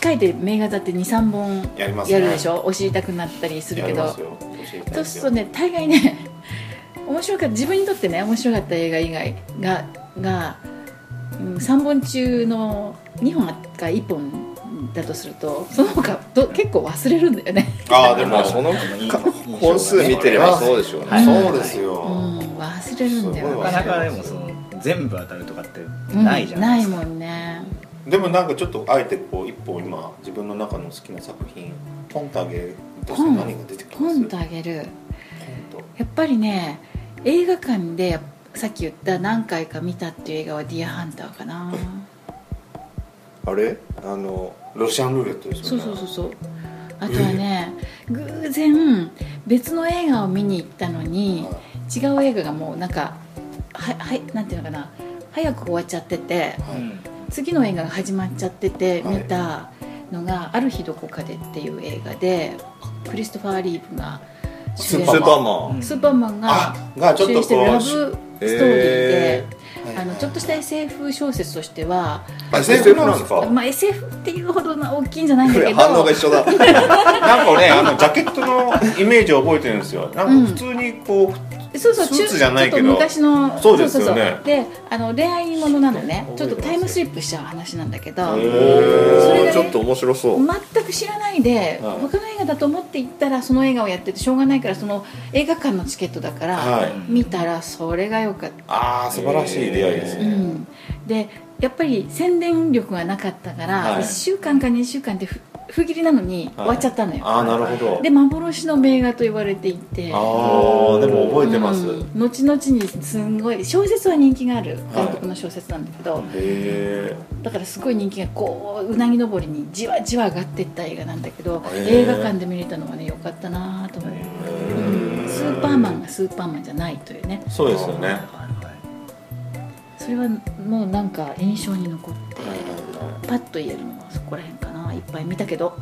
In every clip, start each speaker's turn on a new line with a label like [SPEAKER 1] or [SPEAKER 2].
[SPEAKER 1] 回で名画座って23本
[SPEAKER 2] やりますね。
[SPEAKER 1] やるでしょ、お知りたくなったりする
[SPEAKER 2] や
[SPEAKER 1] け
[SPEAKER 2] り
[SPEAKER 1] ど
[SPEAKER 2] ますよ。
[SPEAKER 1] そうするとね大概ね 面白かった自分にとってね面白かった映画以外がが、うん、3本中の2本か1本だとするとその他ど結構忘れるんだよね、
[SPEAKER 2] ああでも
[SPEAKER 3] そ
[SPEAKER 2] そ
[SPEAKER 3] の
[SPEAKER 4] か
[SPEAKER 3] 本数見てればそうでしょうね
[SPEAKER 1] はい
[SPEAKER 2] そうです
[SPEAKER 1] う
[SPEAKER 2] よ。
[SPEAKER 1] ん、忘れるんだ
[SPEAKER 2] す
[SPEAKER 1] よ
[SPEAKER 2] ごい
[SPEAKER 4] な
[SPEAKER 2] わ
[SPEAKER 4] かなかでもその全部当たるとかって
[SPEAKER 1] うん
[SPEAKER 4] ないじゃないですか、
[SPEAKER 1] ないもんね
[SPEAKER 2] でもなんかちょっとあえてこう一本今自分の中の好きな作品ポンとあげると
[SPEAKER 1] ポン
[SPEAKER 2] 何が出てきます？
[SPEAKER 1] ポンとあげる
[SPEAKER 2] ポンと
[SPEAKER 1] やっぱりね映画館でさっき言った何回か見たっていう映画は「ディアハンター」かな
[SPEAKER 3] あれあの
[SPEAKER 2] ロシアンルーレットで
[SPEAKER 1] そ
[SPEAKER 2] すよ
[SPEAKER 1] うそ
[SPEAKER 2] ね。
[SPEAKER 1] うそうそうあとはね、偶然別の映画を見に行ったのに、
[SPEAKER 2] は
[SPEAKER 1] 違う映画がもうなんかははいなんていうのかな早く終わっちゃってて
[SPEAKER 2] いはい
[SPEAKER 1] 次の映画が始まっちゃってて
[SPEAKER 2] はい
[SPEAKER 1] 見たのが「ある日どこかで」っていう映画でクリストファー・リーブが主
[SPEAKER 3] ス
[SPEAKER 1] 演
[SPEAKER 3] ーパーマ
[SPEAKER 4] う
[SPEAKER 3] ン
[SPEAKER 4] ん
[SPEAKER 1] スーパーマンが
[SPEAKER 2] あがちょ
[SPEAKER 1] 主演
[SPEAKER 2] っと
[SPEAKER 1] してる
[SPEAKER 2] こ
[SPEAKER 1] ラ
[SPEAKER 2] う
[SPEAKER 1] ブストーリーで
[SPEAKER 3] え。
[SPEAKER 2] はい
[SPEAKER 1] あのちょっとした SF 小説としては、
[SPEAKER 3] あ
[SPEAKER 2] SF
[SPEAKER 3] SF なんですか
[SPEAKER 1] まあ、SF っていうほどの大きいんじゃないんだ
[SPEAKER 3] こ
[SPEAKER 1] け
[SPEAKER 3] れ
[SPEAKER 1] ど
[SPEAKER 3] 反応が一緒だ
[SPEAKER 2] なんかねあのジャケットのイメージを覚えてるんですよ。なんか普通にこう
[SPEAKER 1] そうそう
[SPEAKER 2] スーツじゃないけ
[SPEAKER 1] ち
[SPEAKER 2] ど
[SPEAKER 1] ょっと昔の
[SPEAKER 2] そうです
[SPEAKER 1] そう
[SPEAKER 2] よね
[SPEAKER 1] そうそうであの恋愛ものなのねちょっとタイムスリップしちゃう話なんだけど
[SPEAKER 2] へ
[SPEAKER 1] それがね
[SPEAKER 3] おおちょっと面白そう
[SPEAKER 1] 全く知らないで、
[SPEAKER 2] はい
[SPEAKER 1] 他の映画だと思って行ったらその映画をやっててしょうがないからその映画館のチケットだから、
[SPEAKER 2] はい。
[SPEAKER 1] 見たらそれが良かった、
[SPEAKER 2] ああ素晴らしい出会いです
[SPEAKER 1] う
[SPEAKER 2] ね。
[SPEAKER 1] ん、でやっぱり宣伝力がなかったから、
[SPEAKER 2] はい
[SPEAKER 1] 1週間か2週間でふ不切りなのに終わっちゃったのよ、
[SPEAKER 2] ああなるほど。
[SPEAKER 1] で幻の名画と言われていて
[SPEAKER 2] ああでも覚えてます。
[SPEAKER 1] うん後々にすんごい小説は人気がある
[SPEAKER 2] は
[SPEAKER 1] 外
[SPEAKER 2] い
[SPEAKER 1] 国の小説なんだけど、
[SPEAKER 2] へ
[SPEAKER 1] だからすごい人気がこううなぎ登りにじわじわ上がっていった映画なんだけど、
[SPEAKER 2] へー
[SPEAKER 1] 映画館で見れたのはねよかったなと思う、うんスーパーマンがスーパーマンじゃないというね
[SPEAKER 2] え。そうですよね。
[SPEAKER 1] それはもうなんか印象に残ってパッと言えるのはそこら辺かないっぱい見たけど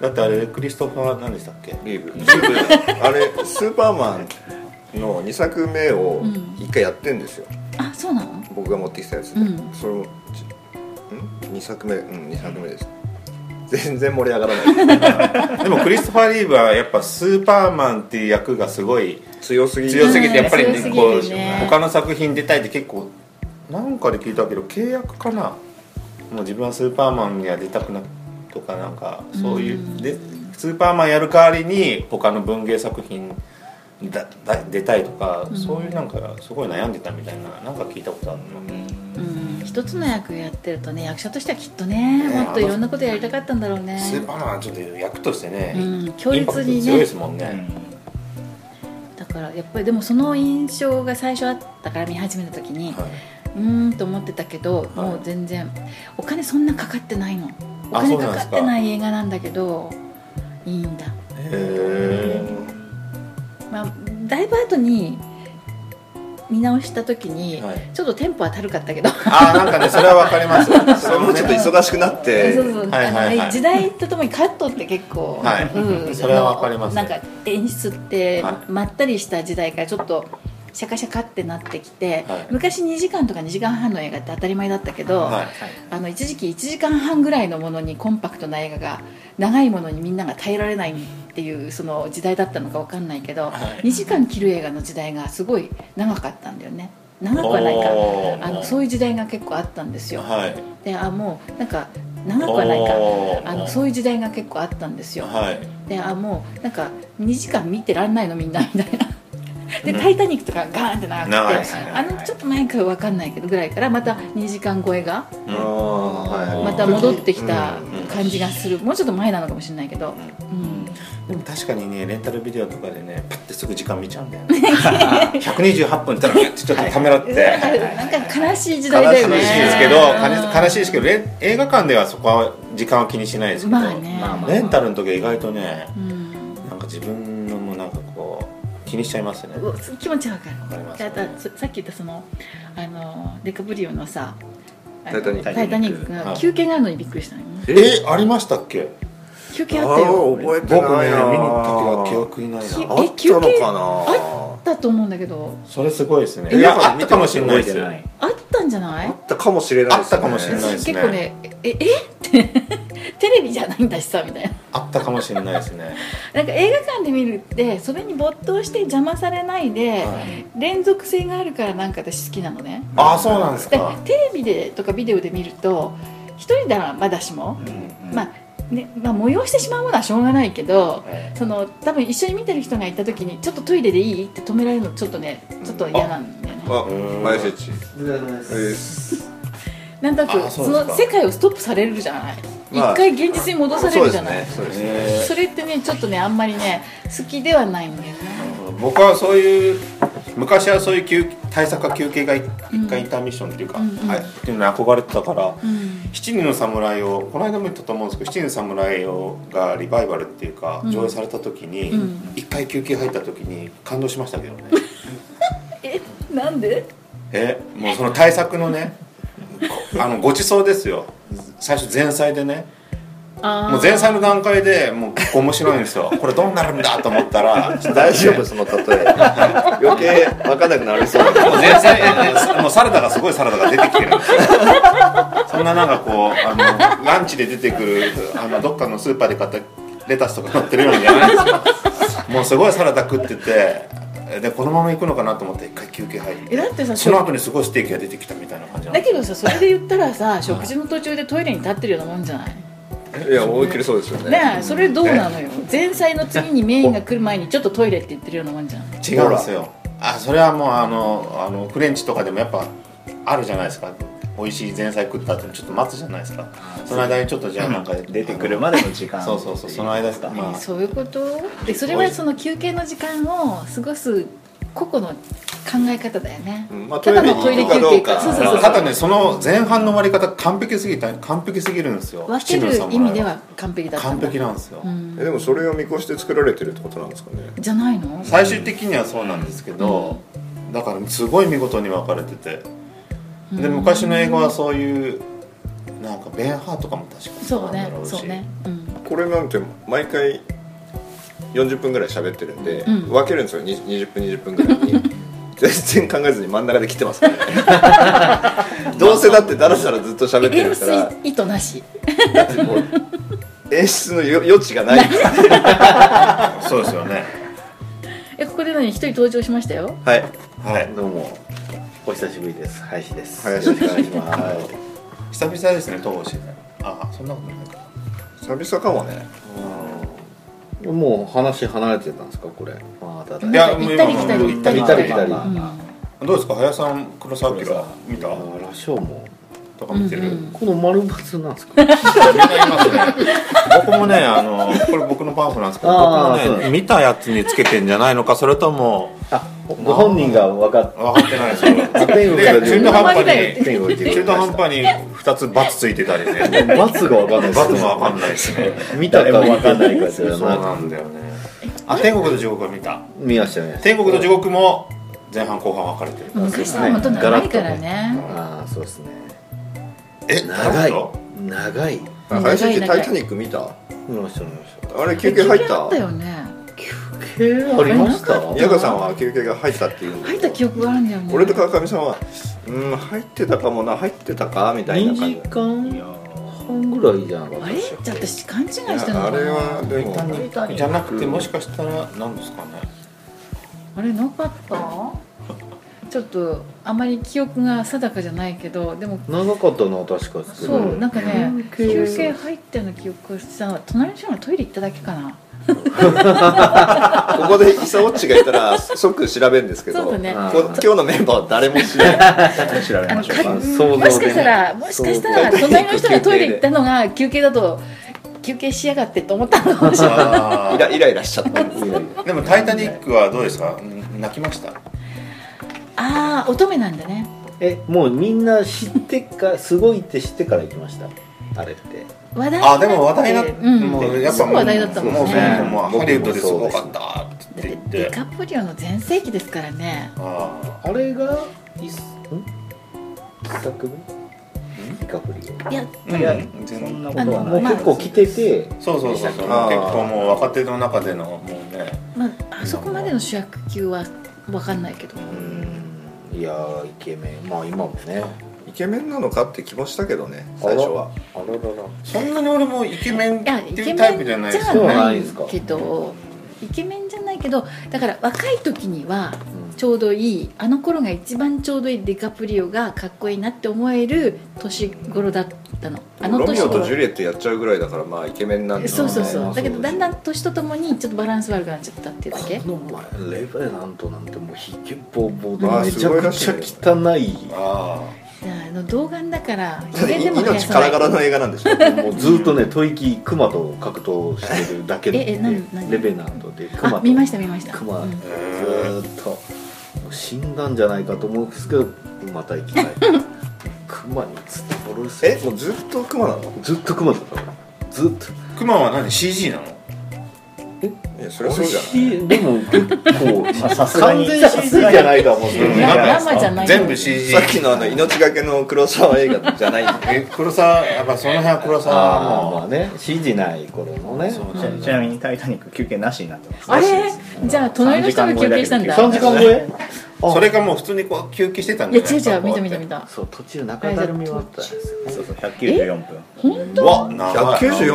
[SPEAKER 2] だってあれクリストファー何でしたっけ？
[SPEAKER 3] リーブあれスーパーマンの2作目を
[SPEAKER 1] うん
[SPEAKER 3] 1回やってんですよ、
[SPEAKER 1] あそうなの
[SPEAKER 3] 僕が持ってきたやつで、
[SPEAKER 1] うん
[SPEAKER 3] それもちん2作目うん2作目です、全然盛り上がらない
[SPEAKER 2] でもクリストファーリーブはやっぱスーパーマンっていう役がすごい
[SPEAKER 3] 強すぎ
[SPEAKER 2] 強すぎ
[SPEAKER 1] うん
[SPEAKER 2] てやっぱり
[SPEAKER 1] 強す
[SPEAKER 2] ね
[SPEAKER 1] ぎる
[SPEAKER 2] こ
[SPEAKER 1] ね
[SPEAKER 2] う他の作品出たいって結構なんかで聞いたけど契約かな。もう自分はスーパーマンには出たくなとかなんかそういううんでスーパーマンやる代わりに他の文芸作品だだ出たいとか、
[SPEAKER 1] うん
[SPEAKER 2] そういうなんかすごい悩んでたみたいななんか聞いたことあるの、
[SPEAKER 1] うん一つの役やってるとね役者としてはきっとねもっといろんなことやりたかったんだろうね
[SPEAKER 2] スーパーマンはちょっと役としてね、
[SPEAKER 1] うん強烈にね
[SPEAKER 2] インパクト強いですもんね、
[SPEAKER 1] だからやっぱりでもその印象が最初あったから見始めた時に、
[SPEAKER 2] はいう
[SPEAKER 1] ーんと思ってたけど、もう全然お金そんなかかってないのお金
[SPEAKER 2] そうなん
[SPEAKER 1] か
[SPEAKER 2] で
[SPEAKER 1] か
[SPEAKER 2] す
[SPEAKER 1] っ
[SPEAKER 2] か
[SPEAKER 1] てない映画なんだけどいいんだ、
[SPEAKER 2] へ
[SPEAKER 1] まあ、だいぶ後に見直した時に、
[SPEAKER 2] え、はい、
[SPEAKER 1] ちょっとテンポはたるかったけど
[SPEAKER 2] あーなんかねそれはわか ります
[SPEAKER 3] それもちょっと忙しくなって
[SPEAKER 1] そうそうあの
[SPEAKER 2] はいはいはい
[SPEAKER 1] 時代とともにカットって結構、
[SPEAKER 2] はい
[SPEAKER 1] うん
[SPEAKER 2] それはわかります
[SPEAKER 1] なんか演出って
[SPEAKER 2] は
[SPEAKER 1] まったりした時代からちょっとシャカシャカってなってきて、
[SPEAKER 2] はい
[SPEAKER 1] 昔2時間とか2時間半の映画って当たり前だったけど、
[SPEAKER 2] はい
[SPEAKER 1] あの一時期1時間半ぐらいのものにコンパクトな映画が長いものにみんなが耐えられないっていうその時代だったのかわかんないけど、
[SPEAKER 2] はい
[SPEAKER 1] 2時間切る映画の時代がすごい長かったんだよね長くはないかあのそう
[SPEAKER 2] いう
[SPEAKER 1] いう時代が結構あったんですよ
[SPEAKER 2] はい
[SPEAKER 1] であもうなんか長くはないか
[SPEAKER 2] か
[SPEAKER 1] あのそういう時代が結構あったんですよ
[SPEAKER 2] はい
[SPEAKER 1] であもうなんか2時間見てらんないのみんなみたいなで「
[SPEAKER 2] うん
[SPEAKER 1] タイタニック」とかガーンって長くて
[SPEAKER 2] 長いですね
[SPEAKER 1] あのちょっと前か分かんないけどぐらいからまた2時間超えが
[SPEAKER 2] う
[SPEAKER 3] あ
[SPEAKER 2] ん
[SPEAKER 3] あはい
[SPEAKER 1] また戻ってきた
[SPEAKER 3] うん
[SPEAKER 1] 感じがするもうちょっと前なのかもしれないけど、うん、
[SPEAKER 2] でも確かにねレンタルビデオとかでねパッてすぐ時間見ちゃうんだよ ね128分って言ったらねちょっとためらって
[SPEAKER 1] なんか なんか悲しい時代
[SPEAKER 2] 悲
[SPEAKER 1] だ
[SPEAKER 2] しい
[SPEAKER 1] よね
[SPEAKER 2] ですけど
[SPEAKER 1] うん
[SPEAKER 2] 悲悲しいですけどレ映画館ではそこは時間は気にしないですけど
[SPEAKER 1] まあね
[SPEAKER 4] まあまあ
[SPEAKER 2] レンタルの時は意外とね
[SPEAKER 1] うん
[SPEAKER 2] なんか自分のもうなんかこう気にしちゃいますよね
[SPEAKER 1] うわ気持ちわかる
[SPEAKER 2] わかります
[SPEAKER 1] であとそさっき言ったそのあのデカプリオのさあの
[SPEAKER 3] タイタニック
[SPEAKER 1] タイタニック
[SPEAKER 2] は
[SPEAKER 1] が
[SPEAKER 2] い
[SPEAKER 1] 休憩があるのにびっくりしたのよ
[SPEAKER 2] えありましたっけ
[SPEAKER 1] 休憩あったよ
[SPEAKER 3] 覚え
[SPEAKER 2] 僕
[SPEAKER 3] て
[SPEAKER 2] ね見に
[SPEAKER 3] な
[SPEAKER 2] 行っ
[SPEAKER 3] いな
[SPEAKER 2] た時は記憶にない
[SPEAKER 1] き
[SPEAKER 2] な
[SPEAKER 3] あったのかな
[SPEAKER 1] あったと思うんだけど
[SPEAKER 2] それすごいですね
[SPEAKER 3] え
[SPEAKER 2] いや
[SPEAKER 3] なんか
[SPEAKER 2] あったかもしれないです
[SPEAKER 4] 覚えてない
[SPEAKER 1] あったんじゃない
[SPEAKER 3] あったかもしれないで
[SPEAKER 2] あ
[SPEAKER 3] すね
[SPEAKER 2] ったかもしれないです
[SPEAKER 1] 私結構ねええ えってテレビじゃないんだしさみたいな
[SPEAKER 2] あったかもしれないですね
[SPEAKER 1] なんか映画館で見るってそれに没頭して邪魔されないで、
[SPEAKER 2] はい
[SPEAKER 1] 連続性があるからなんか私好きなのね
[SPEAKER 2] ああそうなんです
[SPEAKER 1] で
[SPEAKER 2] か
[SPEAKER 1] テレビでとかビデオで見ると一人ならまだしも、
[SPEAKER 4] うん
[SPEAKER 1] まあねまあ催してしまうものはしょうがないけど
[SPEAKER 2] はい
[SPEAKER 1] その多分一緒に見てる人がいた時に「ちょっとトイレでいい?」って止められるのちょっとねちょっと嫌なんだよね
[SPEAKER 3] あ
[SPEAKER 2] うん
[SPEAKER 3] 前説
[SPEAKER 1] なんとな
[SPEAKER 2] あ
[SPEAKER 1] くそ
[SPEAKER 2] そ
[SPEAKER 1] う
[SPEAKER 2] ですか
[SPEAKER 1] の世界をストップされるじゃない一
[SPEAKER 3] まあ
[SPEAKER 1] 回現実に戻されるじゃない
[SPEAKER 3] そうですね
[SPEAKER 2] えー
[SPEAKER 1] それってねちょっとねあんまりね好きではないんだよね
[SPEAKER 2] 僕はそういう昔はそういう休対策か休憩が一回インターミッションっていうか、
[SPEAKER 1] うんうん
[SPEAKER 2] はいっていうのに憧れてたから、
[SPEAKER 1] うん
[SPEAKER 2] 七人の侍をこの間も言ったと思うんですけど七人の侍をがリバイバルっていうか
[SPEAKER 1] うん
[SPEAKER 2] 上映された時に
[SPEAKER 1] うん
[SPEAKER 2] 一、回休憩入った時に感動しましたけどね
[SPEAKER 1] えなんで
[SPEAKER 2] えもうその対策のねこあのごちそうですよ最初前菜でね
[SPEAKER 1] あー
[SPEAKER 2] もう前菜の段階でもう結構面白いんですよこれどうなるんだと思ったら
[SPEAKER 3] 大丈夫その例え余計分かんなくなりそうだけど
[SPEAKER 2] もう前菜もうサラダがすごいサラダが出てきてるんですよそんななんかこうあのランチで出てくるあのどっかのスーパーで買ったレタスとか買ってるようなのじゃないんですよもうすごいサラダ食っててでこのまま行くのかなと思って一回休憩入って
[SPEAKER 1] えだってさ
[SPEAKER 2] その後にすごいステーキが出てきたみたいな感じなん
[SPEAKER 1] だ
[SPEAKER 2] です
[SPEAKER 1] けどさそれで言ったらさ食事の途中でトイレに立ってるようなもんじゃない
[SPEAKER 3] いや思いっきりそうですよね
[SPEAKER 1] ねえそれどうなのよ前菜の次にメインが来る前にちょっとトイレって言ってるようなもんじゃない
[SPEAKER 2] 違うんですよあそれはもうあのあのフレンチとかでもやっぱあるじゃないですか美味しい前菜食った後にちょっと待つじゃないですかその間にちょっとじゃあなんか
[SPEAKER 4] 出てくるまでの時間
[SPEAKER 2] そうそうそうその間
[SPEAKER 4] か
[SPEAKER 2] まあ
[SPEAKER 1] えそういうことでそれはその休憩の時間を過ごす個々の考え方だよね、
[SPEAKER 3] うんまあ
[SPEAKER 1] ただの
[SPEAKER 3] ト
[SPEAKER 1] ト
[SPEAKER 3] イ
[SPEAKER 1] イ
[SPEAKER 3] レ
[SPEAKER 1] レ
[SPEAKER 3] に行くか
[SPEAKER 1] 休
[SPEAKER 3] ど
[SPEAKER 1] 憩かそ
[SPEAKER 3] うか
[SPEAKER 1] うそうそう
[SPEAKER 2] ただねその前半の割り方完璧すぎた完璧すぎるんですよ
[SPEAKER 1] 分ける意味では完璧だった
[SPEAKER 2] 完
[SPEAKER 1] んだ
[SPEAKER 2] 璧なんですよ、
[SPEAKER 1] うん
[SPEAKER 3] えでもそれを見越して作られてるってことなんですかね
[SPEAKER 1] じゃないの
[SPEAKER 2] 最終的にはそうなんですけど、だからすごい見事に分かれててで昔の映画はそういうなんかベンハーとかも確か
[SPEAKER 1] そう
[SPEAKER 2] な
[SPEAKER 1] ね
[SPEAKER 2] んだろし
[SPEAKER 1] そうねうん
[SPEAKER 3] これなんて毎回40分ぐらい喋ってるんで、
[SPEAKER 1] うん
[SPEAKER 3] 分けるんですよに20分20分ぐらい に全然考えずに真ん中で来てます からねどうせだってだらだらずっと喋って
[SPEAKER 1] 演
[SPEAKER 3] る
[SPEAKER 1] 出
[SPEAKER 3] から
[SPEAKER 1] 意図なし
[SPEAKER 3] だってもう演出の余余地が ないから
[SPEAKER 2] そうですよね
[SPEAKER 1] えここで何一人登場しましたよ
[SPEAKER 3] はい
[SPEAKER 2] はい
[SPEAKER 4] どうもお久しぶりです林です
[SPEAKER 3] 林です
[SPEAKER 4] よろしくお願いします
[SPEAKER 2] 久々ですね東郷ああそんなことないか
[SPEAKER 3] 久々かもね
[SPEAKER 5] もう話離れてたんですかこれ
[SPEAKER 4] まあた
[SPEAKER 1] い
[SPEAKER 4] だ
[SPEAKER 2] いや
[SPEAKER 1] 行ったり来たり
[SPEAKER 2] もう今
[SPEAKER 5] 行
[SPEAKER 2] も
[SPEAKER 5] ったり来たり
[SPEAKER 2] まあまあ
[SPEAKER 1] うん
[SPEAKER 2] まあどうですか林さん黒沢明見た
[SPEAKER 5] あーラショーも
[SPEAKER 2] とか見てる、
[SPEAKER 1] うんうん
[SPEAKER 5] この丸バツなんですか
[SPEAKER 2] みんな言いますね 僕もねあのこれ僕のパンフなんですけど
[SPEAKER 5] あー
[SPEAKER 2] 僕も
[SPEAKER 5] そう
[SPEAKER 2] ね見たやつにつけてんじゃないのかそれとも
[SPEAKER 5] あご本人が分かっ
[SPEAKER 2] 分かってないですよ で
[SPEAKER 5] た天が
[SPEAKER 2] 中
[SPEAKER 5] 自分の
[SPEAKER 2] 途半端
[SPEAKER 1] 自分の周りだよ
[SPEAKER 2] に
[SPEAKER 5] 天を置いて
[SPEAKER 2] 中
[SPEAKER 5] くれ
[SPEAKER 2] 途
[SPEAKER 5] まし
[SPEAKER 2] 半端に2つバツついてたりね
[SPEAKER 5] たバツが分かんない
[SPEAKER 2] バツも分かんないですね
[SPEAKER 5] 見たか分かんないかです
[SPEAKER 2] そう
[SPEAKER 5] よな
[SPEAKER 2] なんだよねあ天国と地獄は見た
[SPEAKER 5] 見ましたね
[SPEAKER 2] 天国と地獄も前半後半分かれてる
[SPEAKER 1] 昔は本当長いからね
[SPEAKER 5] ああそうですね
[SPEAKER 2] え
[SPEAKER 5] 長い
[SPEAKER 2] どう
[SPEAKER 5] 長い
[SPEAKER 1] 長い
[SPEAKER 3] 林家
[SPEAKER 1] 長い
[SPEAKER 3] タイタニック見た
[SPEAKER 5] 見ました見ました
[SPEAKER 3] あれ休憩入っ
[SPEAKER 1] えあ
[SPEAKER 3] た
[SPEAKER 1] ったよね
[SPEAKER 5] えー、ありました
[SPEAKER 3] 矢賀さんは休憩が入ったっていうんだ
[SPEAKER 1] 入っ
[SPEAKER 3] け
[SPEAKER 1] た
[SPEAKER 3] ど
[SPEAKER 1] 記憶があるんだよね
[SPEAKER 3] 俺と川上さんはうん入ってたかもな入ってたかみたいな感じ
[SPEAKER 5] 2時間半ぐらいじゃなかった
[SPEAKER 1] あ
[SPEAKER 5] で
[SPEAKER 1] れ
[SPEAKER 5] し
[SPEAKER 1] じ
[SPEAKER 5] ょ
[SPEAKER 1] ゃあ私勘違い
[SPEAKER 3] いや
[SPEAKER 1] してるのかな
[SPEAKER 3] あれはでも
[SPEAKER 2] どうじゃなくてもしかしたら何ですかね
[SPEAKER 1] あれなかったちょっとあまり記憶が定かじゃないけどでも
[SPEAKER 5] 長かったな確かに
[SPEAKER 1] そうなんかね
[SPEAKER 5] 休憩
[SPEAKER 1] 休憩入ったような記憶がしてたの隣の人のトイレ行っただけかな
[SPEAKER 3] ここでイサオッチがいたら 即調べるんですけど
[SPEAKER 1] そうだね
[SPEAKER 3] こ今日のメンバーは誰も知らない
[SPEAKER 4] 調べ
[SPEAKER 1] あ
[SPEAKER 4] ま
[SPEAKER 1] の
[SPEAKER 4] しょ
[SPEAKER 1] か
[SPEAKER 4] うか
[SPEAKER 5] あ
[SPEAKER 1] もし
[SPEAKER 5] 想像でね
[SPEAKER 1] かしたらもしかしたら
[SPEAKER 3] そう
[SPEAKER 1] 隣の人がトイレ行ったのが休憩だと休憩しやがってと思ったの かもしれない
[SPEAKER 3] イライライラしちゃった
[SPEAKER 2] でも「タイタニック」はどうですかん泣きました
[SPEAKER 1] ああ乙女なんだね
[SPEAKER 4] えもうみんな知ってかすごいって知ってから行きましたあれって
[SPEAKER 1] 話題にな
[SPEAKER 2] あでも話題にな
[SPEAKER 1] っ
[SPEAKER 2] っ、
[SPEAKER 1] ててうん
[SPEAKER 2] もうやっ
[SPEAKER 1] す
[SPEAKER 2] ぱ
[SPEAKER 1] ぐ話題だったもんね
[SPEAKER 2] もうそのもうハリウッドです
[SPEAKER 4] 僕
[SPEAKER 2] ご
[SPEAKER 4] も
[SPEAKER 2] か
[SPEAKER 4] そ
[SPEAKER 2] ったって言っ
[SPEAKER 1] だってディ
[SPEAKER 2] て
[SPEAKER 1] カプリオの全盛期ですからね
[SPEAKER 2] ああ
[SPEAKER 5] あれがいっすん一作目ディカプリ
[SPEAKER 1] いや
[SPEAKER 2] うん
[SPEAKER 4] いや
[SPEAKER 2] 全
[SPEAKER 4] そん
[SPEAKER 2] 然
[SPEAKER 4] なことは
[SPEAKER 1] あ
[SPEAKER 5] オも
[SPEAKER 4] ないう
[SPEAKER 5] 結構来てて
[SPEAKER 2] そうそうそうそう結
[SPEAKER 5] あー
[SPEAKER 2] 構もう若手の中でのもうね
[SPEAKER 1] まあ、あそこまでの主役級は分かんないけど、
[SPEAKER 5] うんいやーイケメンまあ今もね
[SPEAKER 3] イケメンなのかって気もしたけどね最初は
[SPEAKER 5] あららら
[SPEAKER 2] そんなに俺もイケメンっ
[SPEAKER 1] いや
[SPEAKER 2] て
[SPEAKER 1] イ
[SPEAKER 2] い
[SPEAKER 1] ケ
[SPEAKER 2] うタ
[SPEAKER 1] メ
[SPEAKER 2] イプじゃな
[SPEAKER 1] ン
[SPEAKER 2] い
[SPEAKER 1] じ
[SPEAKER 2] で
[SPEAKER 1] ゃ
[SPEAKER 2] す
[SPEAKER 1] ない
[SPEAKER 5] そう
[SPEAKER 1] けどイケメンじゃないけどだから若い時には
[SPEAKER 5] うん
[SPEAKER 1] ちょうどいいあの頃が一番ちょうどいいディカプリオがかっこいいなって思える年頃だったのあの
[SPEAKER 3] ロミ
[SPEAKER 1] 年
[SPEAKER 3] オと
[SPEAKER 1] 頃
[SPEAKER 3] ジュリエットやっちゃうぐらいだからまあイケメンなんだ
[SPEAKER 1] そうそう
[SPEAKER 5] あ
[SPEAKER 1] そ
[SPEAKER 5] ー
[SPEAKER 1] うだけどだんだん年とともにちょっとバランス悪くなっちゃったっていうだけ
[SPEAKER 5] この前レベナントなんてもうひげぼうぼうで
[SPEAKER 3] あー
[SPEAKER 5] めちゃくちゃ汚い
[SPEAKER 2] あ
[SPEAKER 1] あの童顔だから
[SPEAKER 3] だって
[SPEAKER 1] でも
[SPEAKER 3] 命からがらの映画なんでしょ
[SPEAKER 5] もうずっとね吐息クマと格闘してるだけで
[SPEAKER 1] ええなんなん
[SPEAKER 5] レベナントでクマと
[SPEAKER 1] あ見ました見ました
[SPEAKER 5] クマず
[SPEAKER 1] うん
[SPEAKER 5] ーっともう死んだんじゃないかと思うんですけどまた 生き返るクマにつって殺す
[SPEAKER 3] えもうずっとクマなの
[SPEAKER 5] ずっとクマだったからずっと
[SPEAKER 2] あクマは何 CG なの
[SPEAKER 3] いやそれはそうじゃない
[SPEAKER 5] いでも結構
[SPEAKER 4] まあさすが
[SPEAKER 5] 完
[SPEAKER 4] に
[SPEAKER 5] 全 CG じゃないとは思うけど
[SPEAKER 2] うん
[SPEAKER 5] ね
[SPEAKER 2] なんか
[SPEAKER 1] 生じゃない
[SPEAKER 2] 全部 CG
[SPEAKER 3] さっきのあの命がけの黒沢映画じゃないんで
[SPEAKER 2] え黒沢やっぱその辺は黒沢
[SPEAKER 5] あー
[SPEAKER 2] は
[SPEAKER 5] ま
[SPEAKER 2] も
[SPEAKER 5] あね CG ない頃のね
[SPEAKER 2] そう
[SPEAKER 4] ちなちなみに「タイタニック」休憩なしになってます
[SPEAKER 1] あれじゃあ隣の人が休憩したんだ
[SPEAKER 5] 3時間超え
[SPEAKER 2] う
[SPEAKER 5] あ
[SPEAKER 2] それがもう普通にこう休憩してたん
[SPEAKER 1] い
[SPEAKER 2] だ
[SPEAKER 1] や
[SPEAKER 2] よ
[SPEAKER 1] 違
[SPEAKER 2] ね
[SPEAKER 1] う違う見た見た見た
[SPEAKER 5] そう途中中だるみはあったんですよ
[SPEAKER 4] そうそう194分
[SPEAKER 1] 本
[SPEAKER 3] う
[SPEAKER 1] 当
[SPEAKER 3] わ
[SPEAKER 2] 長い
[SPEAKER 5] 長
[SPEAKER 3] 194分
[SPEAKER 5] い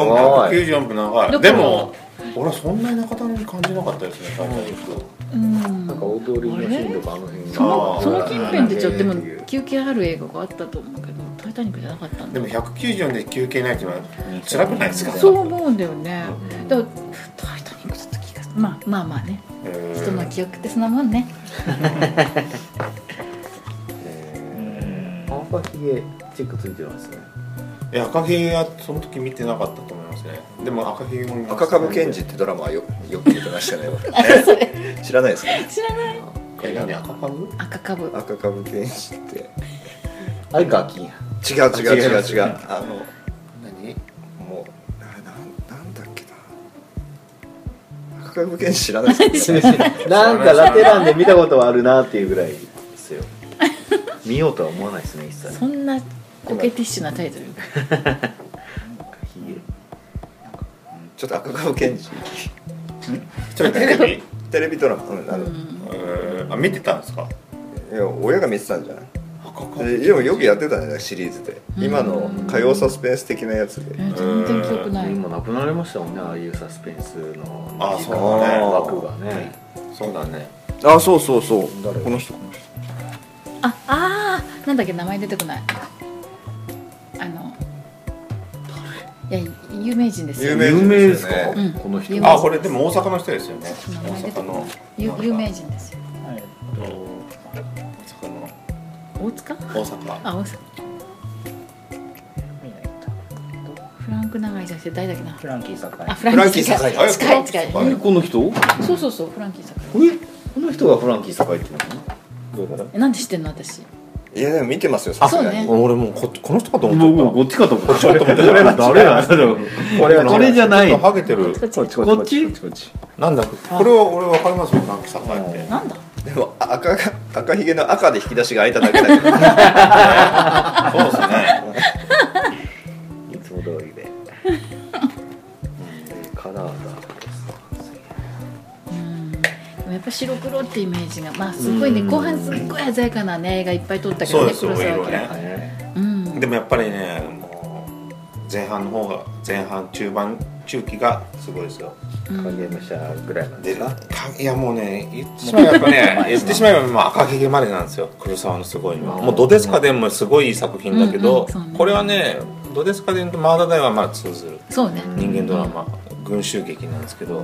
[SPEAKER 2] 94分長
[SPEAKER 1] ど
[SPEAKER 2] い
[SPEAKER 1] こ
[SPEAKER 2] でも俺はそんなに中田に感じなかったですねタイタニック
[SPEAKER 1] うん
[SPEAKER 5] なんか踊りのシーンとかあの辺
[SPEAKER 1] そ
[SPEAKER 5] が
[SPEAKER 1] のその近辺でちょっとで
[SPEAKER 5] あ
[SPEAKER 1] も
[SPEAKER 5] ー
[SPEAKER 1] 休憩ある映画があったと思うけど「タイタニック」じゃなかったん
[SPEAKER 2] で
[SPEAKER 1] だ
[SPEAKER 2] も194で休憩ないっていうのは辛くないですか
[SPEAKER 1] そう思うんだよねだから「タイタニック」だった気がするまあまあまあね
[SPEAKER 2] えー
[SPEAKER 1] 人の記憶ってそんなもんね
[SPEAKER 5] 赤ひげチェックついてますね
[SPEAKER 2] いや赤ひげはその時見てなかったと思いますねでも赤ひげも見ました
[SPEAKER 3] 赤株賢治ってドラマはよよく見てましたね 僕
[SPEAKER 1] あそれ
[SPEAKER 3] 知らないですか
[SPEAKER 1] 知らない
[SPEAKER 2] え何赤株
[SPEAKER 1] 赤かぶ
[SPEAKER 3] 赤株賢治って
[SPEAKER 5] あれガキン
[SPEAKER 3] 違う違う違う違
[SPEAKER 5] 違いうますね
[SPEAKER 3] あの
[SPEAKER 2] 何
[SPEAKER 3] もうなななんだっけな赤株賢治知らない ですか
[SPEAKER 5] なんかラテランで見たことはあるなっていうぐらいですよ見ようとは思わないですね一切
[SPEAKER 1] そんなコケティッシュなタイトル
[SPEAKER 5] 赤ひげ
[SPEAKER 3] ちょっと赤株賢治
[SPEAKER 2] そ れテレビ
[SPEAKER 3] テレビドラマ、うんあの
[SPEAKER 1] うん
[SPEAKER 2] えーあ見てたんですか
[SPEAKER 3] いや親が見てたんじゃない
[SPEAKER 2] 赤株
[SPEAKER 3] ででもよくやってたねシリーズで
[SPEAKER 1] うん
[SPEAKER 3] 今の火曜サスペンス的なやつで
[SPEAKER 1] え全然記憶ない
[SPEAKER 5] 今なくなりましたもんねああいうサスペンスの
[SPEAKER 2] あそう
[SPEAKER 3] だね
[SPEAKER 5] 枠がね
[SPEAKER 2] そうだね
[SPEAKER 3] あそうそうそう
[SPEAKER 5] 誰
[SPEAKER 3] この人この人
[SPEAKER 1] ああーなんだっけ名前出てこないあのいや有名人ですよ
[SPEAKER 3] 有名人ですよね
[SPEAKER 5] 有名ですか
[SPEAKER 1] うん
[SPEAKER 5] この人
[SPEAKER 1] 有名
[SPEAKER 2] あこれでも大阪の人ですよね
[SPEAKER 1] 名前出
[SPEAKER 2] 大
[SPEAKER 1] て
[SPEAKER 2] 阪
[SPEAKER 1] こ
[SPEAKER 2] の
[SPEAKER 1] 有有名人ですよ
[SPEAKER 4] はい
[SPEAKER 2] 大阪の
[SPEAKER 1] 大塚
[SPEAKER 2] 大阪
[SPEAKER 1] あ大塚フランク長いじゃなくて誰だっけな
[SPEAKER 4] フランキー堺
[SPEAKER 1] あフランキー
[SPEAKER 3] フ
[SPEAKER 1] 堺
[SPEAKER 3] ランキー堺
[SPEAKER 1] 近い近い
[SPEAKER 2] あ
[SPEAKER 5] えこの人え
[SPEAKER 1] そうそうそうフランキー堺
[SPEAKER 5] この人がフランキー堺っていうのどうだ
[SPEAKER 1] えなんで知ってんの私
[SPEAKER 3] いやでも見てますよさすがに
[SPEAKER 1] そうね
[SPEAKER 2] 俺もうここの人かと
[SPEAKER 5] もうもうこっちかと思った。ちょっと誰だ誰だこれこれじゃない。
[SPEAKER 2] ハゲてる
[SPEAKER 1] こっちこっち
[SPEAKER 5] こっち
[SPEAKER 4] こっち
[SPEAKER 2] なんだこれは俺わかりますよフランキー堺って
[SPEAKER 1] なんだ
[SPEAKER 3] でも赤が赤ひげの赤で引き出しが開いただけだけど
[SPEAKER 2] そうですね
[SPEAKER 5] いつも通りで。カラーだ。
[SPEAKER 1] うんでもやっぱ白黒ってイメージがまあすごいね
[SPEAKER 5] うん
[SPEAKER 1] 後半すっごい鮮やかなね映画いっぱい撮ったけ
[SPEAKER 2] そ
[SPEAKER 1] ど
[SPEAKER 2] う
[SPEAKER 1] ね
[SPEAKER 2] ですよ
[SPEAKER 1] 明
[SPEAKER 2] 色
[SPEAKER 1] が
[SPEAKER 2] ね
[SPEAKER 5] ね
[SPEAKER 1] うん
[SPEAKER 2] でもやっぱりねもう前半の方が前半中盤中期がすごいですよ
[SPEAKER 4] 影武者ぐらいなんで
[SPEAKER 2] です
[SPEAKER 4] か
[SPEAKER 2] いやもうね言ってしまえばやっぱね言ってしまえばまあ赤毛までなんですよ黒沢のすごいのはもう「ドデスカデン」もすごいいい作品だけ
[SPEAKER 1] うん
[SPEAKER 2] ど、
[SPEAKER 1] うんそうね
[SPEAKER 2] これはね「ドデスカデン」と「マーダダイ」はまあ通ずる
[SPEAKER 1] そうね
[SPEAKER 2] 人間ドラマ、群衆劇なんですけど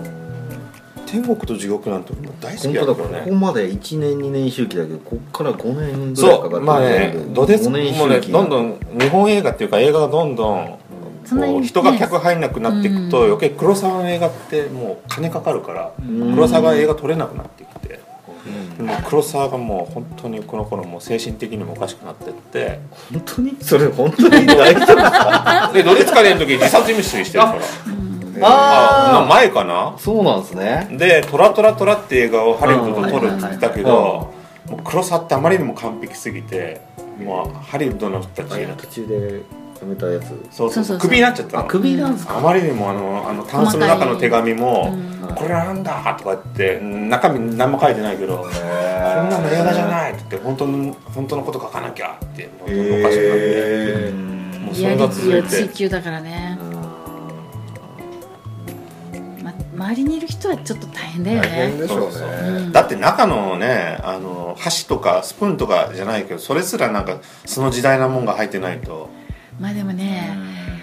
[SPEAKER 2] 天国と地獄なんてもう大好き
[SPEAKER 5] 本
[SPEAKER 2] だ
[SPEAKER 5] 当だ
[SPEAKER 2] か
[SPEAKER 5] こ
[SPEAKER 2] ら
[SPEAKER 5] こ
[SPEAKER 2] ね
[SPEAKER 5] まで1年2年周期だけどこっから5年ぐらいか
[SPEAKER 2] そ
[SPEAKER 5] かって
[SPEAKER 2] うまあねドデスもうねどんど
[SPEAKER 5] ん
[SPEAKER 2] ん日本映画っていうか映画がどんどん
[SPEAKER 1] そんなに
[SPEAKER 2] こう
[SPEAKER 1] ね
[SPEAKER 2] 人が客入んなくなっていくと
[SPEAKER 1] うん
[SPEAKER 2] 余計黒沢の映画ってもう金かかるから
[SPEAKER 5] ん
[SPEAKER 2] 黒沢が映画撮れなくなってきてもう黒沢がもう本当にこの頃もう精神的にもおかしくなってって
[SPEAKER 5] 本当にそれ本当に大丈夫ですか
[SPEAKER 2] でドレツカレーの時自殺未遂してるから
[SPEAKER 1] うん
[SPEAKER 2] あ
[SPEAKER 5] あ
[SPEAKER 2] 前かな
[SPEAKER 5] あそうなんですね
[SPEAKER 2] で「トラトラトラ」って映画をハリウッドと撮るって言ったけ
[SPEAKER 5] うんはい
[SPEAKER 2] どもう黒沢ってあまりにも完璧すぎてもうハリウッドの人たち
[SPEAKER 5] 途中で止めたやつ
[SPEAKER 2] そうそ
[SPEAKER 1] そうそ
[SPEAKER 2] う
[SPEAKER 1] うそう
[SPEAKER 2] クビになっちゃった
[SPEAKER 5] あ
[SPEAKER 2] の
[SPEAKER 5] 首なんですか
[SPEAKER 2] あまりにもあのあのタンスの中の手紙も
[SPEAKER 1] うん
[SPEAKER 2] 「これなんだ!」とか言って中身何も書いてないけど「こ
[SPEAKER 5] こん
[SPEAKER 2] んなの映画じゃ
[SPEAKER 5] い
[SPEAKER 2] ない」って言って本当の本当のこと書かなきゃってもうおかしくなって
[SPEAKER 5] へ
[SPEAKER 2] もうそ
[SPEAKER 1] リア
[SPEAKER 2] れ
[SPEAKER 1] リ
[SPEAKER 2] が
[SPEAKER 1] テ
[SPEAKER 2] 続い
[SPEAKER 1] ィを
[SPEAKER 2] て
[SPEAKER 1] 追求だからね、ま、周りにいる人はちょっと大変だよ
[SPEAKER 5] 大変
[SPEAKER 1] ね
[SPEAKER 5] でしょう
[SPEAKER 2] そうそう
[SPEAKER 5] ね
[SPEAKER 1] うん
[SPEAKER 2] だって中のねあの箸とかスプーンとかじゃないけどそれすらなんかその時代なもんが入ってないと
[SPEAKER 1] まあでもね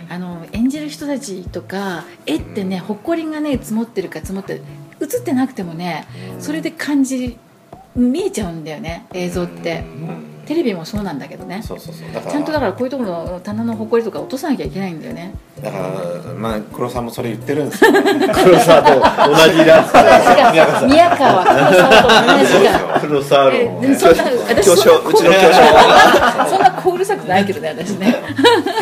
[SPEAKER 1] あの演じる人たちとか絵ってね埃がね積もってるか積もって映ってなくてもねそれで感じ見えちゃうんだよね映像って
[SPEAKER 2] うん
[SPEAKER 1] テレビもそうなんだけどね
[SPEAKER 2] そうそうそうだから
[SPEAKER 1] ちゃんとだからこういうところの棚の埃とか落とさなきゃいけないんだよね
[SPEAKER 2] だからまあ黒さんもそれ言ってるんですよ、 ね、
[SPEAKER 5] 黒沢と同じだった
[SPEAKER 1] 宮川宮川黒沢と同じか
[SPEAKER 5] 黒沢
[SPEAKER 1] え
[SPEAKER 5] の
[SPEAKER 1] でもそんな私そんな
[SPEAKER 2] うちの教師
[SPEAKER 1] そんな小うるさくないけどね私ね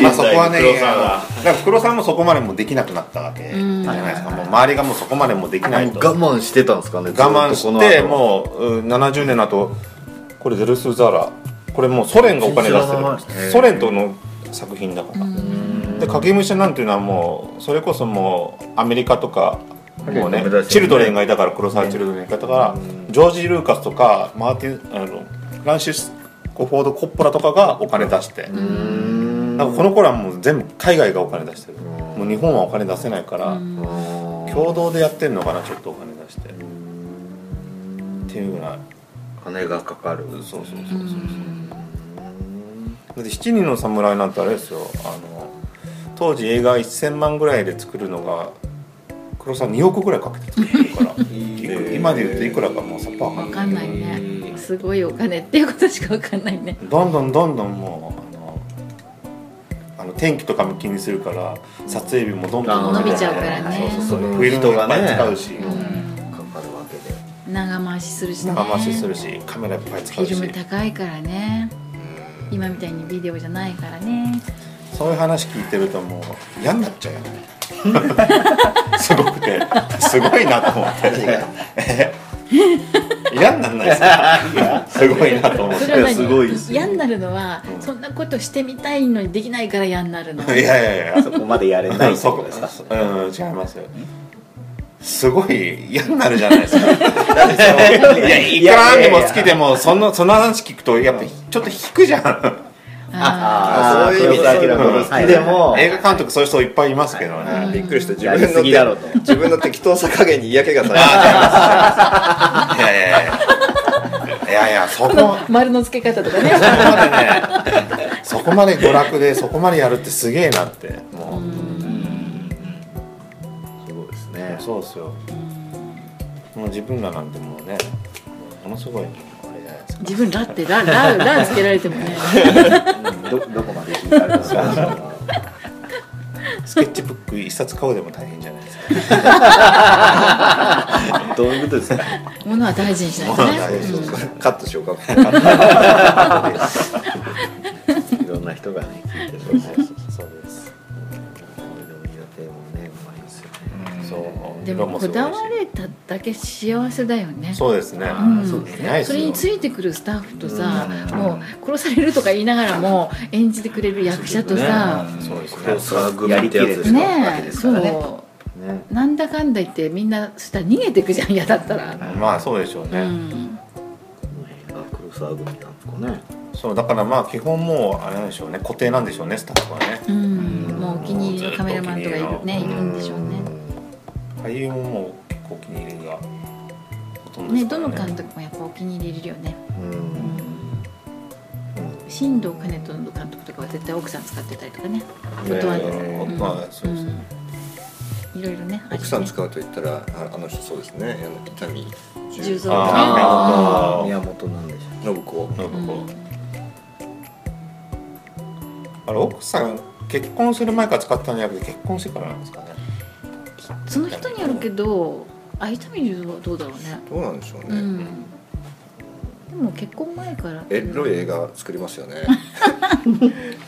[SPEAKER 2] まあそこはね
[SPEAKER 5] 黒沢は
[SPEAKER 2] だから黒さんもそこまでもできなくなったわけじゃ
[SPEAKER 1] うん
[SPEAKER 2] ないですかもう周りがもうそこまでもできないと
[SPEAKER 5] 我慢してたんですかね
[SPEAKER 2] 我慢
[SPEAKER 5] ずっとこ
[SPEAKER 2] し
[SPEAKER 5] の後
[SPEAKER 2] てもううん70年の後これ「ゼルス・ザラ」これもうソ連がお金出
[SPEAKER 5] 知らな
[SPEAKER 2] して
[SPEAKER 5] い
[SPEAKER 2] るソ連との作品だから、
[SPEAKER 5] ん
[SPEAKER 2] で影武者なんていうのはもうそれこそもうアメリカとかもうね
[SPEAKER 5] 影武者ですよね
[SPEAKER 2] チルドレンがいたから黒沢チルドレンがいたから、ジョージ・ルーカスとかマーティンあのフランシスコ・フォード・コッポラとかがお金出して、
[SPEAKER 5] うーん
[SPEAKER 2] なんかこの頃はもう全部海外がお金出してる、もう日本はお金出せないから、共同でやってんのかなちょっとお金出して、っていうぐらい
[SPEAKER 5] 金がかかる
[SPEAKER 2] そうそうそうそうだって七人の侍なんてあれですよあの当時映画1000万ぐらいで作るのが黒沢2億ぐらいかけて作ってるから いく今で言うといくらかもうさっぱわか
[SPEAKER 1] わ
[SPEAKER 2] ん
[SPEAKER 1] か
[SPEAKER 2] ない
[SPEAKER 1] んないねすごいお金っていうことしかわかんないね
[SPEAKER 2] どんどんどんどんもうあのあの天気とかも気にするから撮影日もどんどん
[SPEAKER 1] 伸びちゃうからね
[SPEAKER 2] そうそうそう
[SPEAKER 5] うん
[SPEAKER 2] フィルムもいっぱい使うし
[SPEAKER 5] かかるわけで
[SPEAKER 1] 長回しするしね
[SPEAKER 2] 長回しするしカメラいっぱい使
[SPEAKER 1] フ
[SPEAKER 2] う
[SPEAKER 1] ィル
[SPEAKER 2] し
[SPEAKER 1] ム高いからね今みたいにビデオじゃないからね
[SPEAKER 2] そういう話聞いてるともう嫌になっちゃうよね すごくてすごいなと思って え嫌になんないですかすごいなと思っ
[SPEAKER 1] そ
[SPEAKER 2] て
[SPEAKER 1] れは何
[SPEAKER 5] すごいですよ
[SPEAKER 1] 嫌になるのは、そんなことしてみたいのにできないから嫌になるの
[SPEAKER 2] いやいやい
[SPEAKER 4] そこまでやれな
[SPEAKER 2] や
[SPEAKER 4] いって
[SPEAKER 2] そ
[SPEAKER 4] こ
[SPEAKER 2] こと
[SPEAKER 4] です か
[SPEAKER 2] そうん違いますよすごい嫌になるじゃないですかいやいくらなんでも好きでもそのその話聞くとやっぱちょっと引くじゃん
[SPEAKER 1] あ
[SPEAKER 4] あー
[SPEAKER 5] そういう意味で
[SPEAKER 4] 黒沢明のこと好きでも
[SPEAKER 2] 映画監督そういう人いっぱいいますけどね、
[SPEAKER 3] びっくりした自
[SPEAKER 4] やり
[SPEAKER 3] 分
[SPEAKER 4] す
[SPEAKER 3] の
[SPEAKER 4] ぎだろうと
[SPEAKER 3] 自分の適当さ加減に嫌気がさ
[SPEAKER 2] い
[SPEAKER 3] れ
[SPEAKER 2] やいやいやいやいやそこ
[SPEAKER 1] ーこの丸の付け方とかね
[SPEAKER 2] そこまでねそこまで娯楽でそこまでやるってすげえなってもう、
[SPEAKER 5] すごいですね
[SPEAKER 2] そうですよもう自分らなんてもうねものすごいあれじゃないですか
[SPEAKER 1] 自分ラってラララつけられてもね
[SPEAKER 4] どどこまで引いたらいいか
[SPEAKER 2] スケッチブック一冊買うでも大変じゃないですか
[SPEAKER 5] どういうことですか
[SPEAKER 1] ものは大事にしないと
[SPEAKER 2] ものは大
[SPEAKER 1] ね
[SPEAKER 2] 事
[SPEAKER 1] うん
[SPEAKER 3] カットしようか
[SPEAKER 5] いろんな人がね聞いてるそうです
[SPEAKER 2] そうです
[SPEAKER 5] でもねうまいですよね
[SPEAKER 2] そう
[SPEAKER 1] で
[SPEAKER 2] 色
[SPEAKER 1] も
[SPEAKER 2] す
[SPEAKER 1] こ
[SPEAKER 2] ご
[SPEAKER 1] だ
[SPEAKER 2] いし
[SPEAKER 1] われただけ幸せだよね
[SPEAKER 2] そうですね、
[SPEAKER 1] ん
[SPEAKER 2] そうですねないっ
[SPEAKER 1] そ
[SPEAKER 2] す
[SPEAKER 1] れに
[SPEAKER 2] よ
[SPEAKER 1] ついてくるスタッフとさ
[SPEAKER 2] うん
[SPEAKER 1] もう殺されるとか言いながらも演じてくれる役者とさ
[SPEAKER 2] そうですね
[SPEAKER 5] 黒沢組ってやつですか
[SPEAKER 1] ねえそう
[SPEAKER 5] ね
[SPEAKER 1] なんだかんだ言ってみんなそしたら逃げてくじゃん嫌だったら、
[SPEAKER 2] まあそうでしょう
[SPEAKER 1] う
[SPEAKER 2] ね、
[SPEAKER 1] ん、
[SPEAKER 5] あ黒沢組なんですかね
[SPEAKER 2] そうだからまあ基本もうあれなんでしょうね固定なんでしょうねスタッフはね
[SPEAKER 1] うん、もうお気に入りのカメラマンとかいるねいるんでしょうね
[SPEAKER 2] 俳優ももう結構お気に入りがほとんどで
[SPEAKER 1] ね
[SPEAKER 2] すか
[SPEAKER 1] ど
[SPEAKER 2] ら
[SPEAKER 1] の監督もやっぱお気に入り入れるよね
[SPEAKER 5] うん
[SPEAKER 1] 新藤兼人の監督とかは絶対奥さん使ってたりとかね
[SPEAKER 2] ね
[SPEAKER 1] 音は
[SPEAKER 2] うんまあそうですね、
[SPEAKER 1] うんいろいろねあるよね
[SPEAKER 3] 奥さん使うと言ったらああの人そうですねあの伊丹
[SPEAKER 1] 十三
[SPEAKER 2] あー
[SPEAKER 5] 宮本なんでしょ
[SPEAKER 3] 信子
[SPEAKER 2] なんか
[SPEAKER 1] うん
[SPEAKER 2] こうあれ奥さん結婚する前から使ってたんじゃなくて結婚してからなんですかね
[SPEAKER 1] その人によるけどあ伊丹龍はどうだろうね
[SPEAKER 3] どうなんでしょうね、
[SPEAKER 1] うんでも結婚前から
[SPEAKER 3] エロい映画作りますよね、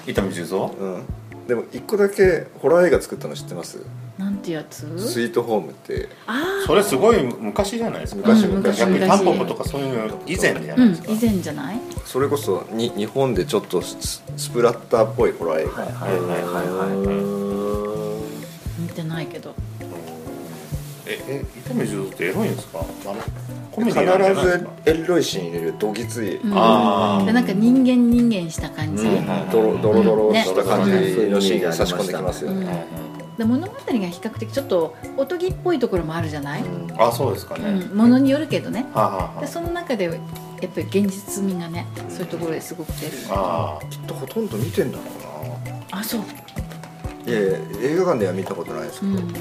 [SPEAKER 2] 伊丹十三
[SPEAKER 3] うん、でも一個だけホラー映画作ったの知ってます
[SPEAKER 1] なんてやつ
[SPEAKER 3] 「スイートホーム」って
[SPEAKER 1] ああ
[SPEAKER 2] それすごい昔じゃないですか
[SPEAKER 3] 昔
[SPEAKER 1] うん
[SPEAKER 3] 昔
[SPEAKER 2] 逆に
[SPEAKER 1] 昔
[SPEAKER 2] タンポポとかそういうの以前じゃな
[SPEAKER 1] う
[SPEAKER 2] い
[SPEAKER 1] ん
[SPEAKER 2] ですか、
[SPEAKER 1] 以前じゃない
[SPEAKER 3] それこそに日本でちょっとススプラッターっぽいホラー映画、
[SPEAKER 2] はいはいはいはいはいはい、
[SPEAKER 1] 見てないけど
[SPEAKER 2] ええ伊丹十三ってエロいんですかあのコメデ
[SPEAKER 3] 必
[SPEAKER 2] ィなんじゃないです
[SPEAKER 3] ず
[SPEAKER 2] か
[SPEAKER 3] エロいシーン入れるどぎつい、
[SPEAKER 1] うん
[SPEAKER 2] あー
[SPEAKER 1] でなんか人間人間した感じ、
[SPEAKER 3] うんドロドロドロした感じのシーンが
[SPEAKER 5] ね
[SPEAKER 3] 差し込んできますよね、
[SPEAKER 1] うんで物語が比較的ちょっとおとぎっぽいところもあるじゃない、う
[SPEAKER 2] あそうですかね、
[SPEAKER 1] ん、ものによるけどね
[SPEAKER 2] はあはあは
[SPEAKER 1] でその中でやっぱり現実味がねそういうところですごく出る
[SPEAKER 2] ああ
[SPEAKER 3] きっとほとんど見てんだろうな
[SPEAKER 1] あそう
[SPEAKER 3] いやいや映画館では見たことないです
[SPEAKER 1] う
[SPEAKER 3] け
[SPEAKER 1] ん
[SPEAKER 3] ど、
[SPEAKER 2] ー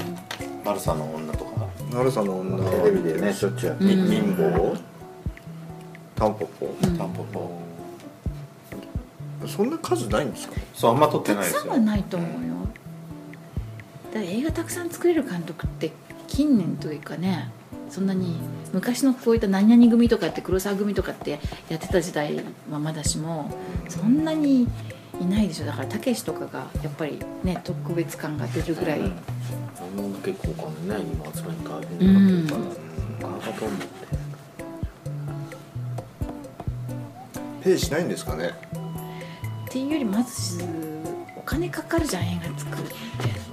[SPEAKER 2] マルサの女とか
[SPEAKER 3] ナルさんの女は
[SPEAKER 5] テレビでねしょっちゅうやって
[SPEAKER 3] み
[SPEAKER 1] うん
[SPEAKER 3] 貧乏タンポポ
[SPEAKER 1] うん
[SPEAKER 2] タンポポ
[SPEAKER 3] そんな数ないんですか
[SPEAKER 2] そうあんま撮って
[SPEAKER 1] た
[SPEAKER 2] な
[SPEAKER 1] く
[SPEAKER 2] いです
[SPEAKER 1] さん
[SPEAKER 2] よ
[SPEAKER 1] はないと思うよだから映画たくさん作れる監督って近年というかねそんなに昔のこういった何々組とかって黒沢組とかってやってた時代はまだしもそんなにいないでしょだからたけしとかがやっぱりね特別感が出るぐらい、
[SPEAKER 2] うん
[SPEAKER 5] あんな結構お金ね今集めに大変になってるからなかなかと思って
[SPEAKER 3] ペイしないんですかね
[SPEAKER 1] っていうよりまずお金かかるじゃん映画作るって、うん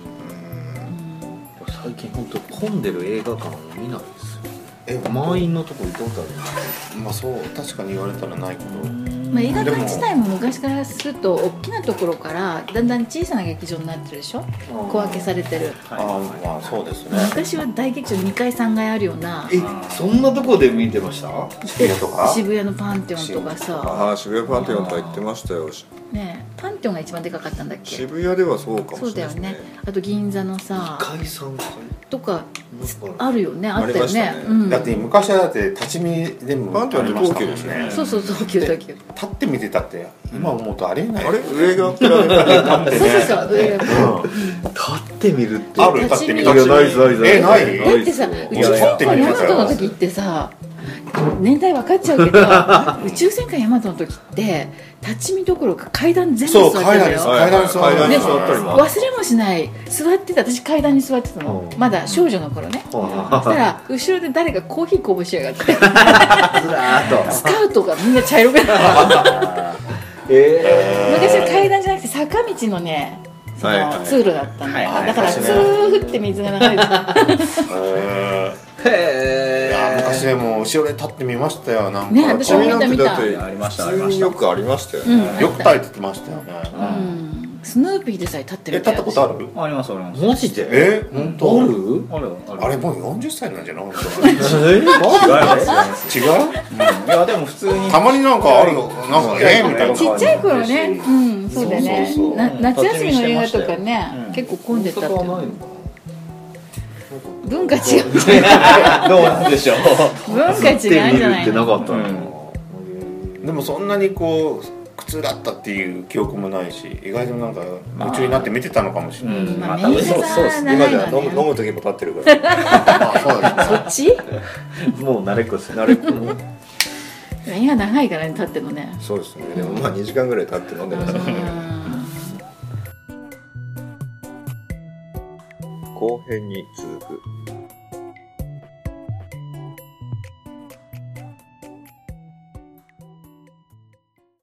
[SPEAKER 5] 最近本当混んでる映画館を見ないですよ
[SPEAKER 2] え
[SPEAKER 5] 満員のとこ行ったことある
[SPEAKER 2] まあそう確かに言われたらないけど、
[SPEAKER 1] まあ、映画館自体も昔からすると大きなところからだんだん小さな劇場になってるでしょ小分けされてる
[SPEAKER 2] ああまあそうで すね
[SPEAKER 1] 昔は大劇場2階3階あるような
[SPEAKER 5] えそんなとこで見てました
[SPEAKER 2] 渋谷とか
[SPEAKER 1] 渋谷のパンテオンとかさ、
[SPEAKER 3] ああ渋谷パンテオンとか行ってましたよし
[SPEAKER 1] ねえ、パンテオンが一番でかかったんだっけ
[SPEAKER 3] 渋谷ではそうか
[SPEAKER 1] そ
[SPEAKER 3] も
[SPEAKER 1] う
[SPEAKER 3] し
[SPEAKER 1] だ
[SPEAKER 3] れ
[SPEAKER 1] よ
[SPEAKER 3] ない
[SPEAKER 1] ね
[SPEAKER 3] ですね
[SPEAKER 1] あと銀座のさ
[SPEAKER 5] 解散か
[SPEAKER 1] とか
[SPEAKER 5] なんか
[SPEAKER 1] あるよねあったよね
[SPEAKER 3] ありましたね
[SPEAKER 1] うん、
[SPEAKER 2] だって昔はだって立ち見でも
[SPEAKER 3] パンテオンって東急
[SPEAKER 2] ありましたもん
[SPEAKER 3] です
[SPEAKER 1] そうそう東急東急
[SPEAKER 2] 立って見てたって今思うとありえない
[SPEAKER 3] あれ上がプラネタリウ ム
[SPEAKER 2] だって
[SPEAKER 1] そう
[SPEAKER 2] ね
[SPEAKER 1] そうそう上が
[SPEAKER 5] 立って見るって
[SPEAKER 2] ある
[SPEAKER 1] 立
[SPEAKER 2] 立
[SPEAKER 1] ち
[SPEAKER 2] っ
[SPEAKER 1] 見
[SPEAKER 2] て見
[SPEAKER 1] い
[SPEAKER 5] やないないない
[SPEAKER 2] えな
[SPEAKER 1] だ
[SPEAKER 2] い
[SPEAKER 1] ってさ宇
[SPEAKER 2] い
[SPEAKER 1] 宙
[SPEAKER 2] や
[SPEAKER 1] 戦艦ヤマトの時ってさ年代分かっちゃうけど宇宙戦艦ヤマトの時って立ち見どころか階段全部座
[SPEAKER 2] そ
[SPEAKER 1] っ
[SPEAKER 2] う
[SPEAKER 1] てた
[SPEAKER 2] 階段
[SPEAKER 1] よ
[SPEAKER 2] です階段
[SPEAKER 3] 階段
[SPEAKER 1] に
[SPEAKER 2] 座
[SPEAKER 3] 座
[SPEAKER 2] っ
[SPEAKER 3] ったた
[SPEAKER 2] り
[SPEAKER 3] り
[SPEAKER 2] も
[SPEAKER 3] も
[SPEAKER 1] 忘れもしない座ってた私階段に座ってたの
[SPEAKER 5] うん
[SPEAKER 1] まだ少女の頃ねそしたら後ろで誰かコーヒーこぼしやがっ
[SPEAKER 5] ず
[SPEAKER 1] て
[SPEAKER 5] らーっ
[SPEAKER 1] スカウトがみんな茶色くなった
[SPEAKER 5] とえ
[SPEAKER 1] 昔は階段じゃなくて坂道のねそ
[SPEAKER 3] はいは
[SPEAKER 1] の
[SPEAKER 3] い
[SPEAKER 1] 通路だったの
[SPEAKER 5] はいはい
[SPEAKER 1] だからツーって水が流れてた
[SPEAKER 2] へ
[SPEAKER 5] ー
[SPEAKER 2] えい
[SPEAKER 5] へ
[SPEAKER 2] や
[SPEAKER 5] ー
[SPEAKER 2] 昔でも後ろで立って見ましたよなんか
[SPEAKER 1] ね私
[SPEAKER 3] ちな
[SPEAKER 1] も
[SPEAKER 3] み
[SPEAKER 1] 見
[SPEAKER 3] に
[SPEAKER 1] た
[SPEAKER 3] なんてだって
[SPEAKER 5] ありましたあ
[SPEAKER 3] 普
[SPEAKER 5] り
[SPEAKER 3] 通
[SPEAKER 5] まし
[SPEAKER 3] に
[SPEAKER 5] た
[SPEAKER 3] よくありましたよ
[SPEAKER 1] う
[SPEAKER 3] ね
[SPEAKER 1] ん
[SPEAKER 2] よく立ってましたよね
[SPEAKER 1] うんスヌーピーでさえ立って
[SPEAKER 2] え
[SPEAKER 1] る
[SPEAKER 2] 立ったことある
[SPEAKER 6] ありますあります
[SPEAKER 5] マジで
[SPEAKER 2] え本当
[SPEAKER 5] ある
[SPEAKER 6] あるある
[SPEAKER 2] あれもう40歳なんじゃない本当に
[SPEAKER 5] えマジで
[SPEAKER 2] 違う
[SPEAKER 6] うんいやでも普通に
[SPEAKER 2] たまになんかあるのなんかええみたいな
[SPEAKER 1] ちっちゃい頃ね、うん、そうだよね
[SPEAKER 2] そうそうそう
[SPEAKER 1] な夏休みの映画とかね、
[SPEAKER 6] うん
[SPEAKER 1] 結構混んでたって
[SPEAKER 5] 大阪はないのか
[SPEAKER 1] 文化違う
[SPEAKER 6] どうなんでしょう
[SPEAKER 1] 文化違うんじゃないの
[SPEAKER 5] かった
[SPEAKER 6] の
[SPEAKER 2] でもそんなにこう苦痛だったっていう記憶もないし意外となんか
[SPEAKER 6] まあ
[SPEAKER 2] 夢中になって見てたのかもしれない、
[SPEAKER 6] うん
[SPEAKER 1] まあ
[SPEAKER 6] まあ
[SPEAKER 1] メ
[SPEAKER 6] 多分
[SPEAKER 1] イク
[SPEAKER 6] そう
[SPEAKER 1] さ
[SPEAKER 6] そうです
[SPEAKER 1] ん
[SPEAKER 6] ね
[SPEAKER 1] 長
[SPEAKER 3] 今
[SPEAKER 1] い
[SPEAKER 3] じゃ
[SPEAKER 1] わ
[SPEAKER 3] 飲む飲
[SPEAKER 1] ね
[SPEAKER 3] む時も立ってるから
[SPEAKER 2] まあそうですね
[SPEAKER 1] そっち
[SPEAKER 5] もう慣れっこです慣れっこ
[SPEAKER 1] 映画 長いからね立ってんのね
[SPEAKER 3] そうですねでもまあ2時間ぐらい経って飲んでました後編に続く